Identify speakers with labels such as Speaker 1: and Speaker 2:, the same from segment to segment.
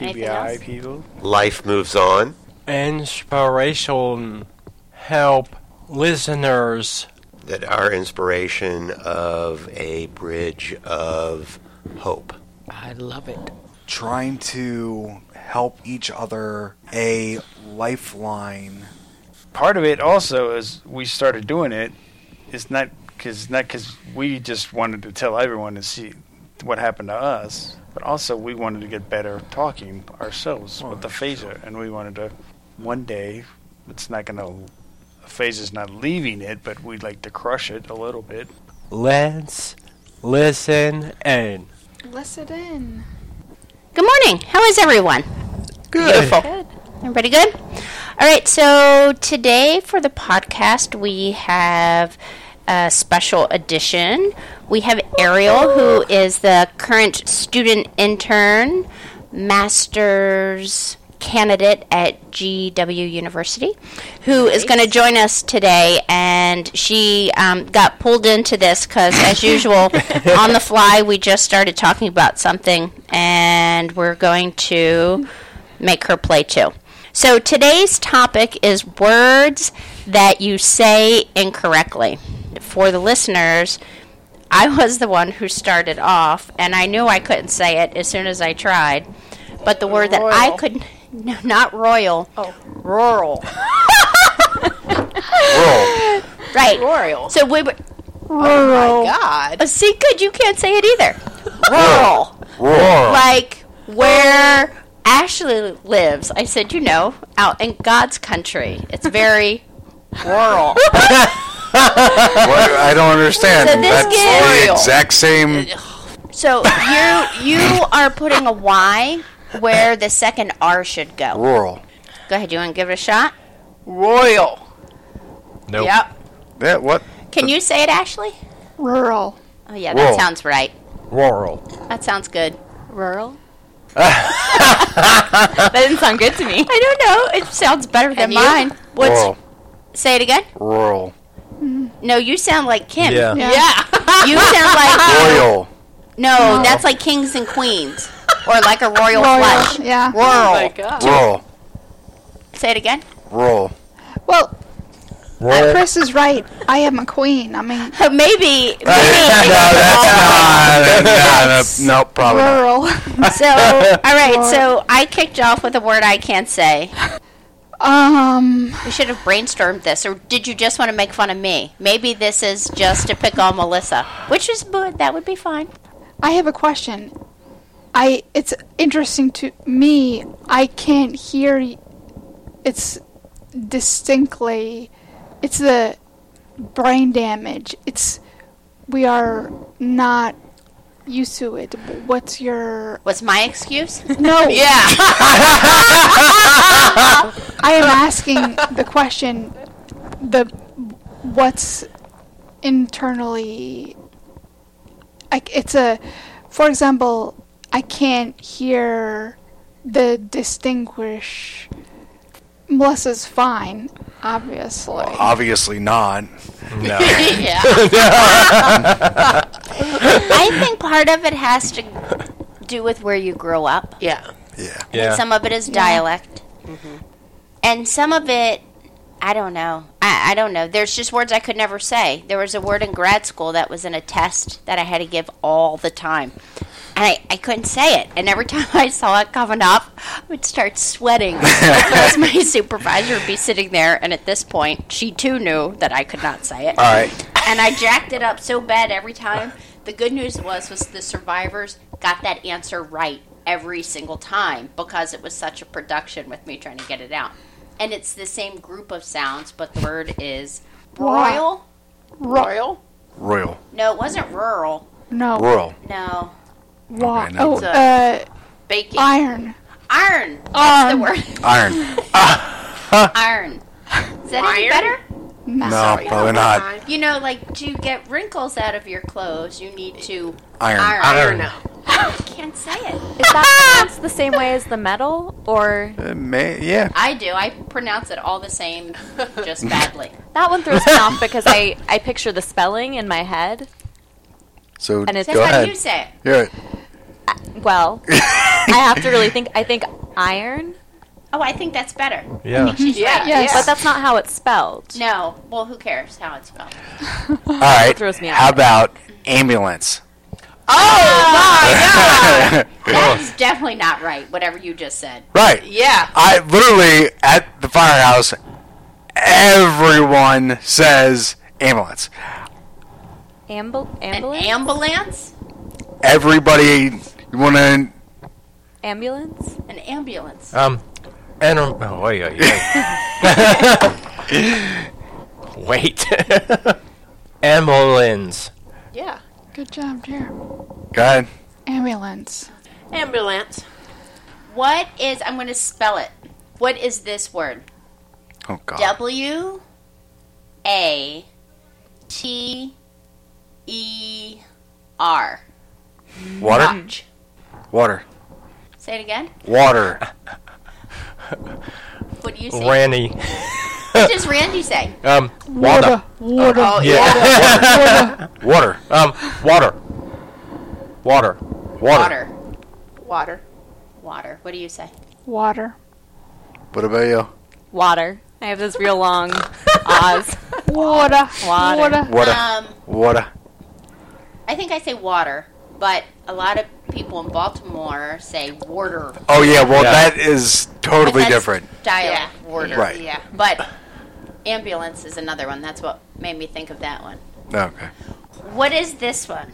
Speaker 1: Anything
Speaker 2: TBI
Speaker 1: else?
Speaker 2: people.
Speaker 3: Life moves on.
Speaker 4: Inspiration. Help listeners.
Speaker 3: That our inspiration of a bridge of hope.
Speaker 5: I love it.
Speaker 6: trying to help each other a lifeline.
Speaker 2: Part of it also is we started doing it. It's not because not because we just wanted to tell everyone to see what happened to us, but also we wanted to get better talking ourselves with the phaser, and we wanted to one day. It's not going to. Phaser's not leaving it, but we'd like to crush it a little bit.
Speaker 4: Let's listen in.
Speaker 7: Blessed in.
Speaker 1: Good morning. How is everyone?
Speaker 4: Good.
Speaker 1: Everybody good? All right, so today for the podcast, we have a special edition. We have Ariel, who is the current student intern, master's candidate at GW University, who is going to join us today. And she um, got pulled into this because, as usual, on the fly, we just started talking about something, and we're going to make her play too. So today's topic is words that you say incorrectly. For the listeners, I was the one who started off, and I knew I couldn't say it as soon as I tried. But the word that I could, no, not royal, oh. rural.
Speaker 3: Roll.
Speaker 1: Right.
Speaker 8: Royal.
Speaker 1: So we were, Uh,
Speaker 8: God.
Speaker 1: see, good, you can't say it either. Rural.
Speaker 3: Roar.
Speaker 1: like where Ashley lives. I said, you know, out in God's country. It's very rural.
Speaker 6: What? I don't understand.
Speaker 1: So this
Speaker 6: That's
Speaker 1: gives-
Speaker 6: the exact same.
Speaker 1: So you you are putting a Y where the second R should go.
Speaker 6: Rural.
Speaker 1: Go ahead, you want to give it a shot?
Speaker 8: Royal.
Speaker 4: Nope.
Speaker 8: Yep.
Speaker 6: Yeah, what?
Speaker 1: Can you say it, Ashley?
Speaker 7: Rural.
Speaker 1: Oh yeah, that
Speaker 6: Rural.
Speaker 1: sounds right.
Speaker 4: Rural.
Speaker 1: That sounds good. Rural.
Speaker 8: That didn't sound good to me.
Speaker 1: I don't know. It sounds better than
Speaker 8: And you?
Speaker 1: mine. What's
Speaker 6: Rural.
Speaker 1: say it again?
Speaker 6: Rural.
Speaker 1: No, you sound like Kim.
Speaker 4: Yeah.
Speaker 8: Yeah.
Speaker 1: You sound like
Speaker 6: Royal.
Speaker 1: no, That's like kings and queens, or like a royal, flush.
Speaker 7: Yeah.
Speaker 8: Oh my God.
Speaker 6: Rural.
Speaker 1: Say it again.
Speaker 6: Rural.
Speaker 7: Well,
Speaker 8: Uh,
Speaker 4: Rural.
Speaker 7: Chris is right. I am a queen. I mean,
Speaker 1: maybe. maybe
Speaker 6: that's not. No, probably not.
Speaker 7: rural.
Speaker 1: so, all right. So I kicked off with a word I can't say.
Speaker 7: um,
Speaker 1: We should have brainstormed this, or did you just want to make fun of me? Maybe this is just to pick on Melissa, which is good. That would be fine.
Speaker 7: I have a question. I it's interesting to me. I can't hear. y- It's distinctly. It's the brain damage. It's we are not used to it. What's your
Speaker 1: Was my excuse?
Speaker 7: no?
Speaker 8: Yeah.
Speaker 7: I am asking the question the what's internally like it's a for example I can't hear the distinguish Melissa's fine obviously
Speaker 6: Obviously not.
Speaker 1: yeah. I think part of it has to do with where you grow up.
Speaker 8: Yeah.
Speaker 6: Yeah.
Speaker 4: Yeah.
Speaker 1: Some of it is dialect. And some of it, I don't know. I, I don't know. There's just words I could never say. There was a word in grad school that was in a test that I had to give all the time. And I, I couldn't say it. And every time I saw it coming up, I would start sweating. because my supervisor would be sitting there. And at this point, she too knew that I could not say it
Speaker 6: All right.
Speaker 1: and I jacked it up so bad every time. The good news was was the survivors got that answer right every single time because it was such a production with me trying to get it out. And it's the same group of sounds, but the word is royal.
Speaker 8: Royal.
Speaker 6: Royal.
Speaker 1: No, it wasn't rural.
Speaker 7: no
Speaker 6: Rural.
Speaker 1: No,
Speaker 7: wa-
Speaker 6: Okay,
Speaker 7: oh
Speaker 6: no.
Speaker 7: uh
Speaker 8: Baking.
Speaker 7: iron
Speaker 1: Iron.
Speaker 7: That's
Speaker 1: the word.
Speaker 6: Iron.
Speaker 1: Iron. Is that
Speaker 8: Iron?
Speaker 1: any better?
Speaker 6: No, probably not.
Speaker 8: Fine.
Speaker 1: You know, like to get wrinkles out of your clothes, you need to
Speaker 6: Iron.
Speaker 8: Iron.
Speaker 1: iron. I can't say it.
Speaker 9: Is that pronounced the same way as the metal, or
Speaker 6: Uh, may, yeah.
Speaker 1: I do. I pronounce it all the same, just badly.
Speaker 9: that one throws me off because I I picture the spelling in my head.
Speaker 6: So
Speaker 9: And it's-
Speaker 1: That's
Speaker 6: go
Speaker 1: how
Speaker 6: ahead.
Speaker 1: you say it.
Speaker 6: Hear it.
Speaker 9: Well, I have to really think. I think iron,
Speaker 1: Oh, I think that's better.
Speaker 4: Yeah.
Speaker 1: She's
Speaker 8: Yeah,
Speaker 1: right.
Speaker 7: Yes.
Speaker 9: but that's not how it's spelled.
Speaker 1: No. Well, who cares how it's spelled?
Speaker 6: All right.
Speaker 9: throws me
Speaker 6: How
Speaker 9: off.
Speaker 6: about ambulance?
Speaker 9: Oh,
Speaker 1: That's definitely not right. Whatever you just said.
Speaker 6: Right.
Speaker 8: Yeah.
Speaker 6: I literally at the firehouse, everyone says ambulance.
Speaker 9: Ambul-
Speaker 1: An
Speaker 9: ambulance,
Speaker 1: ambulance.
Speaker 6: Everybody, you want to?
Speaker 9: ambulance.
Speaker 1: An ambulance.
Speaker 4: Um, and um, oh, wait, wait, wait. wait. Ambulance.
Speaker 8: Yeah.
Speaker 7: Good job, dear.
Speaker 6: Go ahead.
Speaker 7: Ambulance.
Speaker 8: Ambulance.
Speaker 1: What is? I'm going to spell it. What is this word?
Speaker 6: Oh God.
Speaker 1: W A T E R.
Speaker 6: Water.
Speaker 1: Ah.
Speaker 6: Water.
Speaker 1: Say it again.
Speaker 6: Water.
Speaker 1: What do you say?
Speaker 4: Ranny.
Speaker 1: what does Randy say?
Speaker 4: Um,
Speaker 6: Water.
Speaker 7: Water.
Speaker 8: Oh yeah.
Speaker 4: yeah.
Speaker 6: Water.
Speaker 4: um, water. Water.
Speaker 6: Water.
Speaker 1: Water.
Speaker 8: Water.
Speaker 1: Water. What do you say?
Speaker 7: Water.
Speaker 6: What about you?
Speaker 9: Water. I have this real long Oz.
Speaker 7: Water.
Speaker 9: Water.
Speaker 7: Water.
Speaker 9: Uh-huh.
Speaker 6: Water.
Speaker 1: Um,
Speaker 6: Water.
Speaker 1: I think I say water, but a lot of people in Baltimore say water.
Speaker 6: Oh yeah. Well,
Speaker 4: Yeah.
Speaker 6: that is
Speaker 1: But
Speaker 6: totally
Speaker 1: that's
Speaker 6: different.
Speaker 1: Dialect water.
Speaker 6: Right.
Speaker 8: Yeah.
Speaker 1: But ambulance is another one. That's what made me think of that one.
Speaker 6: Okay.
Speaker 1: What is this one?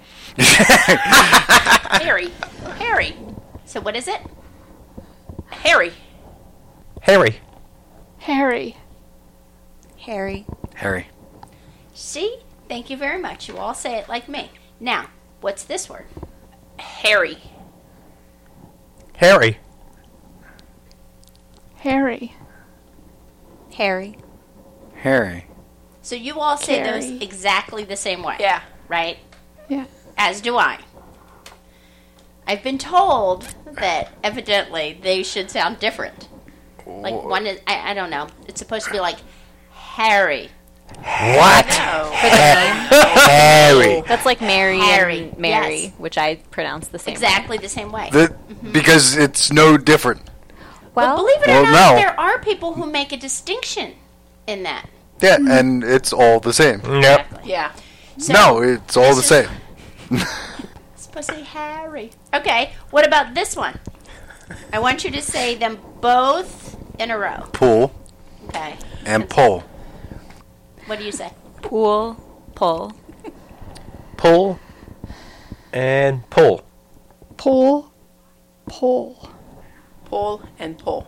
Speaker 1: Harry. Harry. So what is it?
Speaker 8: Harry.
Speaker 4: Harry.
Speaker 7: Harry.
Speaker 9: Harry.
Speaker 6: Harry.
Speaker 1: See? Thank you very much. You all say it like me. Now, what's this word?
Speaker 8: Harry.
Speaker 4: Harry.
Speaker 7: Harry.
Speaker 9: Harry.
Speaker 6: Harry.
Speaker 1: So you all say those
Speaker 7: Carrie.
Speaker 1: exactly the same way.
Speaker 8: Yeah.
Speaker 1: Right?
Speaker 7: Yeah.
Speaker 1: As do I. I've been told that evidently they should sound different. Like one is, I, I don't know. It's supposed to be like Harry.
Speaker 6: What?
Speaker 8: Oh.
Speaker 6: Harry.
Speaker 9: That's like Mary
Speaker 1: Harry,
Speaker 9: and Mary,
Speaker 1: yes.
Speaker 9: which I pronounce the same. way.
Speaker 1: Exactly the same way.
Speaker 6: The, because it's no different.
Speaker 1: but
Speaker 9: Well,
Speaker 1: believe it or
Speaker 6: Well,
Speaker 1: not,
Speaker 6: no.
Speaker 1: there are people who make a distinction in that.
Speaker 6: Yeah,
Speaker 9: Mm-hmm.
Speaker 6: and it's all the same.
Speaker 4: Yep.
Speaker 8: Yeah.
Speaker 1: So
Speaker 6: no, it's all the
Speaker 1: this
Speaker 6: same.
Speaker 1: It's supposed to be Harry. Okay, what about this one? I want you to say them both in a row.
Speaker 6: Pull
Speaker 1: Okay.
Speaker 6: and pull.
Speaker 1: What do you say?
Speaker 9: pool, pull,
Speaker 4: Pull. And pull.
Speaker 7: Pull. Pull.
Speaker 8: Pull and pull.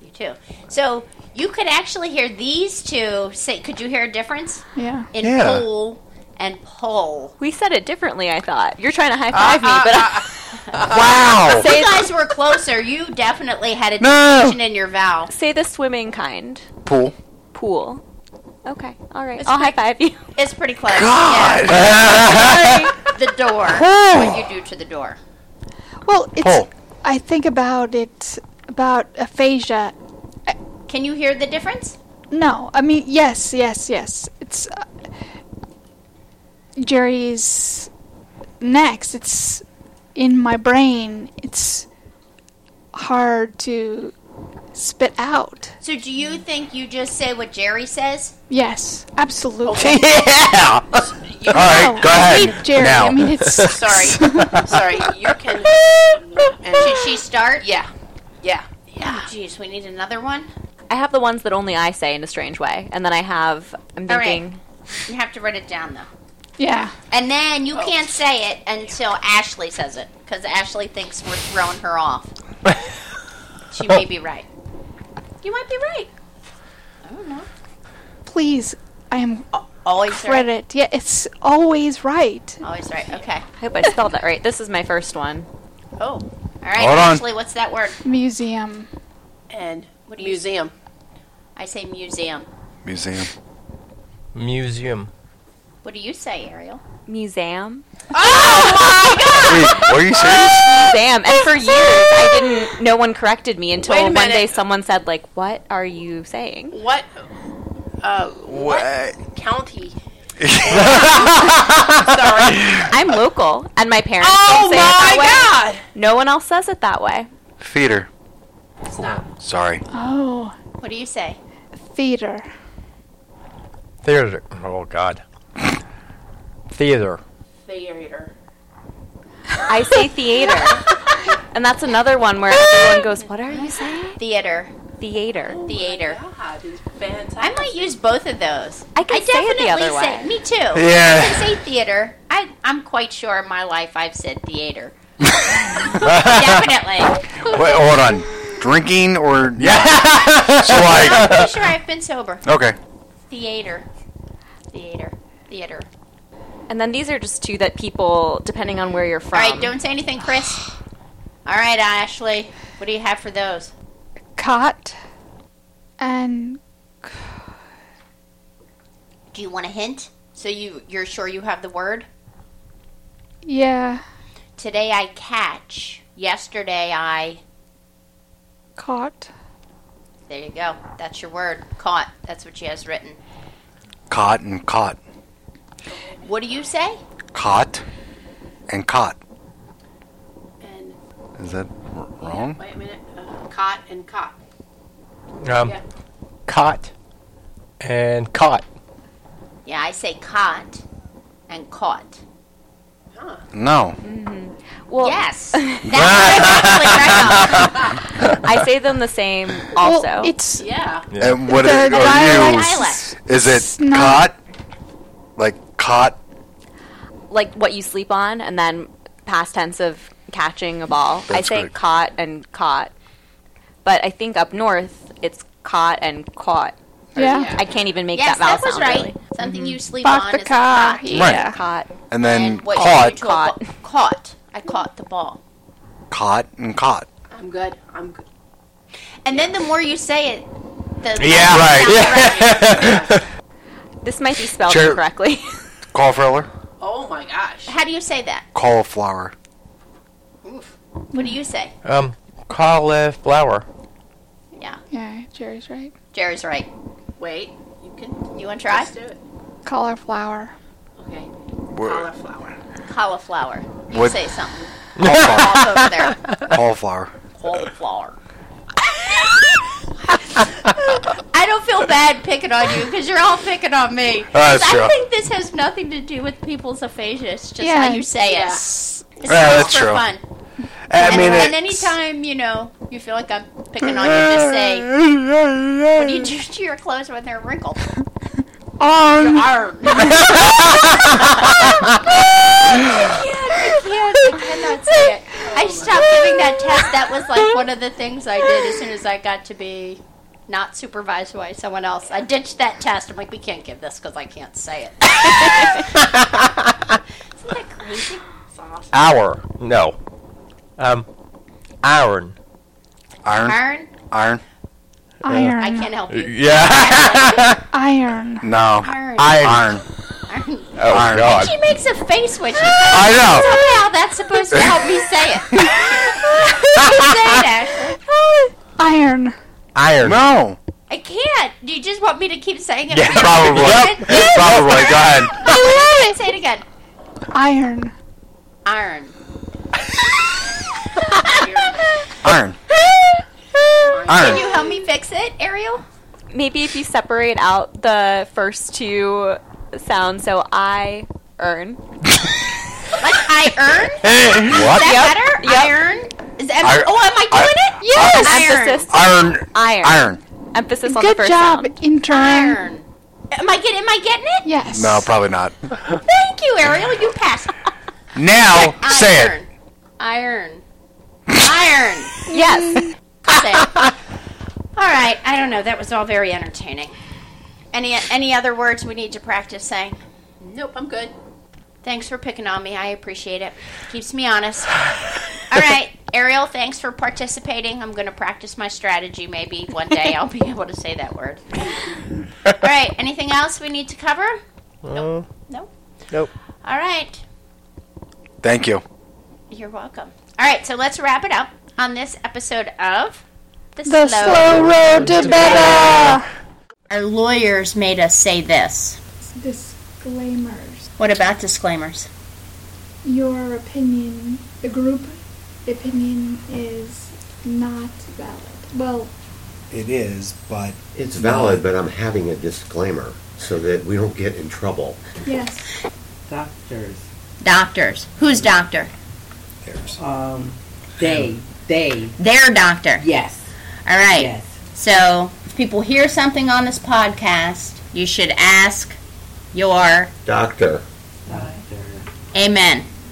Speaker 1: You too. So you could actually hear these two say. Could you hear a difference
Speaker 7: Yeah.
Speaker 1: in
Speaker 6: Yeah.
Speaker 1: pull and pull?
Speaker 9: We said it differently, I thought. You're trying to high five me, but
Speaker 6: Wow.
Speaker 9: say,
Speaker 1: You guys were closer. You definitely had a
Speaker 6: No.
Speaker 1: distinction in your vowel.
Speaker 9: say the swimming kind.
Speaker 6: Pull.
Speaker 9: Pool. Okay, all right.
Speaker 1: It's
Speaker 9: I'll high five you.
Speaker 1: It's pretty close. Yeah. The door. What you do to the door.
Speaker 7: Well, it's.
Speaker 6: Pull.
Speaker 7: I think about it about aphasia.
Speaker 1: Can you hear the difference?
Speaker 7: No, I mean yes, yes, yes. It's uh, Jerry's next. It's in my brain. It's hard to spit out.
Speaker 1: So do you think you just say what Jerry says?
Speaker 7: Yes, absolutely.
Speaker 6: yeah. all right, go
Speaker 7: I
Speaker 6: ahead.
Speaker 7: hate Jerry.
Speaker 6: Now.
Speaker 7: I mean, it's
Speaker 8: Sorry. Sorry. You can. And
Speaker 1: Should she start?
Speaker 8: yeah. Yeah.
Speaker 1: Yeah. Jeez, Oh, we need another one.
Speaker 9: I have the ones that only I say in a strange way, and then I have. I'm
Speaker 1: All right.
Speaker 9: thinking.
Speaker 1: You have to write it down though.
Speaker 7: yeah.
Speaker 1: And then you can't say it until Ashley says it because Ashley thinks we're throwing her off. she may be right. You might be right. I don't know.
Speaker 7: Please, I am
Speaker 1: Always right.
Speaker 7: credit. Yeah, it's always right.
Speaker 1: Always right. Okay.
Speaker 9: I hope I spelled that right. This is my first one.
Speaker 1: Oh. All All right,
Speaker 3: Hold on.
Speaker 1: Ashley, what's that word?
Speaker 6: Museum.
Speaker 10: And museum.
Speaker 1: I say museum.
Speaker 3: Museum.
Speaker 4: Museum.
Speaker 1: What do you say, Ariel?
Speaker 7: Museum.
Speaker 3: Wait, were you serious?
Speaker 7: Museum. And for years, I didn't. No one corrected me
Speaker 10: Wait a
Speaker 7: until one
Speaker 10: minute.
Speaker 7: day someone said, "Like, what are you saying?"
Speaker 10: What? Uh,
Speaker 3: What?
Speaker 10: county?
Speaker 7: I'm local, and my parents
Speaker 10: Oh
Speaker 7: don't say it
Speaker 10: my
Speaker 7: that
Speaker 10: god!
Speaker 7: way. No one else says it that way.
Speaker 3: Feeder.
Speaker 10: Stop.
Speaker 3: Sorry.
Speaker 6: Oh,
Speaker 1: What do you say?
Speaker 6: theater.
Speaker 4: Theater. Oh, God. Theater.
Speaker 10: Theater.
Speaker 7: I say theater, and that's another one where everyone goes, "What are you saying?"
Speaker 1: Theater. Oh
Speaker 7: Theater.
Speaker 1: Theater.
Speaker 10: God, it's fantastic.
Speaker 1: I might use both of those.
Speaker 7: I can say it
Speaker 1: definitely
Speaker 7: the other
Speaker 1: say
Speaker 7: way.
Speaker 1: me too.
Speaker 3: Yeah.
Speaker 1: I say theater. I I'm quite sure in my life I've said theater. definitely.
Speaker 3: Wait, hold on. Drinking or yeah? so
Speaker 1: I'm
Speaker 3: like
Speaker 1: pretty sure I've been sober.
Speaker 3: okay.
Speaker 1: Theater. Theater. Theater.
Speaker 7: And then these are just two that people, depending on where you're from.
Speaker 1: All right, don't say anything, Chris. All right, Ashley. What do you have for those?
Speaker 6: Cot. And
Speaker 1: Do you want a hint? So you you're sure you have the word?
Speaker 6: yeah,
Speaker 1: Today I catch. Yesterday I.
Speaker 6: caught.
Speaker 1: There you go. That's your word. Caught. That's what she has written.
Speaker 3: Caught and caught.
Speaker 1: What do you say?
Speaker 3: Caught and caught.
Speaker 10: And
Speaker 3: Is that r- wrong?
Speaker 10: wait a minute. Uh, caught and caught.
Speaker 4: Um,
Speaker 10: Yeah.
Speaker 4: Caught. And caught.
Speaker 1: Yeah, I say caught and caught.
Speaker 3: No.
Speaker 7: Well,
Speaker 1: Yes. That's actually right.
Speaker 7: I say them the same
Speaker 6: Well,
Speaker 7: also.
Speaker 6: it's
Speaker 10: Yeah.
Speaker 3: And what
Speaker 6: The
Speaker 3: is, are you?
Speaker 6: dialect.
Speaker 1: Dialect.
Speaker 3: Is it
Speaker 6: It's not-
Speaker 3: caught? Like caught?
Speaker 7: like what you sleep on and then past tense of catching a ball. I
Speaker 3: That's
Speaker 7: say
Speaker 3: correct.
Speaker 7: caught and caught. But I think up north it's caught and caught.
Speaker 6: yeah.
Speaker 7: I can't even make
Speaker 1: Yes,
Speaker 7: that vowel
Speaker 1: that was
Speaker 7: sound
Speaker 1: right.
Speaker 7: really.
Speaker 1: Something you sleep
Speaker 6: Fuck
Speaker 1: on
Speaker 6: the
Speaker 1: is
Speaker 6: car.
Speaker 1: caught.
Speaker 6: Yeah.
Speaker 7: Caught.
Speaker 3: And then
Speaker 1: And what
Speaker 3: caught,
Speaker 1: you caught. Caught. I caught the ball.
Speaker 3: caught and caught.
Speaker 10: I'm good. I'm good.
Speaker 1: And then the more you say it, the
Speaker 3: Yeah, right.
Speaker 7: This might be spelled
Speaker 3: Sure.
Speaker 7: incorrectly.
Speaker 3: Cauliflower.
Speaker 10: Oh my gosh.
Speaker 1: How do you say that?
Speaker 3: Cauliflower.
Speaker 1: What do you say?
Speaker 4: Um, cauliflower.
Speaker 1: Yeah,
Speaker 6: Yeah, Jerry's right.
Speaker 1: Jerry's right.
Speaker 10: Wait. You can
Speaker 1: You want to try?
Speaker 10: let's do it.
Speaker 6: Cauliflower.
Speaker 10: Okay.
Speaker 3: Wha-
Speaker 10: Cauliflower.
Speaker 1: Cauliflower. You
Speaker 3: What-
Speaker 1: say something.
Speaker 3: Cauliflower.
Speaker 1: Off over there.
Speaker 3: Cauliflower.
Speaker 1: Cauliflower. I don't feel bad picking on you because you're all picking on me.
Speaker 3: That's
Speaker 1: 'Cause I
Speaker 3: true.
Speaker 1: think this has nothing to do with people's aphasia. It's just
Speaker 6: Yeah.
Speaker 1: how you say
Speaker 10: Yeah.
Speaker 1: it. It's
Speaker 3: that's
Speaker 1: for
Speaker 3: true.
Speaker 1: fun.
Speaker 3: I
Speaker 1: and,
Speaker 3: mean,
Speaker 1: and
Speaker 3: it's-
Speaker 1: anytime you know you feel like I'm picking on you, just say, "What do you do to your clothes when they're wrinkled?"
Speaker 6: On.
Speaker 10: Arr.
Speaker 1: I can't. I cannot say it. I stopped giving that test. That was like one of the things I did as soon as I got to be not supervised by someone else. I ditched that test. I'm like, we can't give this because I can't say it. Isn't that crazy? It's awesome.
Speaker 4: Hour. No. Um, iron.
Speaker 3: Iron.
Speaker 1: Iron,
Speaker 3: Iron.
Speaker 6: Iron.
Speaker 1: I can't help you.
Speaker 4: Yeah.
Speaker 6: Iron.
Speaker 3: No.
Speaker 1: Iron.
Speaker 3: Iron.
Speaker 1: Iron.
Speaker 4: oh, God.
Speaker 1: She makes a face when she says
Speaker 3: I know.
Speaker 1: somehow that's supposed to help me say it. you say it, Ashley.
Speaker 6: Iron.
Speaker 4: Iron.
Speaker 3: No.
Speaker 1: I can't. Do you just want me to keep saying it?
Speaker 4: Yeah,
Speaker 3: Probably. Probably. Go ahead.
Speaker 1: Say it again.
Speaker 6: Iron.
Speaker 1: Iron.
Speaker 3: Iron.
Speaker 1: Can
Speaker 3: Iron.
Speaker 1: you help me fix it, Ariel?
Speaker 7: Maybe if you separate out the first two sounds, so I earn.
Speaker 1: Like I earn? Is
Speaker 3: What?
Speaker 1: that
Speaker 7: Yep.
Speaker 1: better? Iron? Is that,
Speaker 3: I-
Speaker 1: oh, am I
Speaker 3: I-
Speaker 1: doing it? Yes.
Speaker 7: Emphasis.
Speaker 3: Iron.
Speaker 7: Iron.
Speaker 3: Iron.
Speaker 7: Emphasis on the
Speaker 6: Good
Speaker 7: first
Speaker 6: job,
Speaker 7: sound.
Speaker 6: intern.
Speaker 1: Iron. Iron. Am I getting? Am I getting it?
Speaker 6: Yes.
Speaker 3: No, probably not.
Speaker 1: Thank you, Ariel. You passed.
Speaker 3: Now say it.
Speaker 1: Iron. Iron. Iron. Say
Speaker 7: Yes.
Speaker 1: it. All right. I don't know. That was all very entertaining. Any any other words we need to practice saying?
Speaker 10: Nope, I'm good.
Speaker 1: Thanks for picking on me. I appreciate it. Keeps me honest. All right.
Speaker 7: Ariel, thanks for participating. I'm going to practice my strategy. Maybe one day I'll be able to say that word. All right. Anything else we need to cover?
Speaker 11: Uh,
Speaker 7: Nope.
Speaker 11: Nope.
Speaker 7: All right.
Speaker 12: Thank you.
Speaker 7: You're welcome. All right. So let's wrap it up on this episode of The,
Speaker 1: The slow road to better.
Speaker 7: Our lawyers made us say this.
Speaker 1: Disclaimers.
Speaker 7: What about disclaimers?
Speaker 1: Your opinion, the group opinion is not valid. Well,
Speaker 6: It is, but
Speaker 3: It's valid, but I'm having a disclaimer so that we don't get in trouble.
Speaker 1: yes.
Speaker 5: Doctors.
Speaker 7: Doctors. Who's doctor?
Speaker 5: Um, they. They.
Speaker 7: Their doctor.
Speaker 5: Yes.
Speaker 7: All right.
Speaker 5: Yes.
Speaker 7: So if people hear something on this podcast, you should ask your
Speaker 3: Doctor.
Speaker 5: Doctor.
Speaker 7: amen.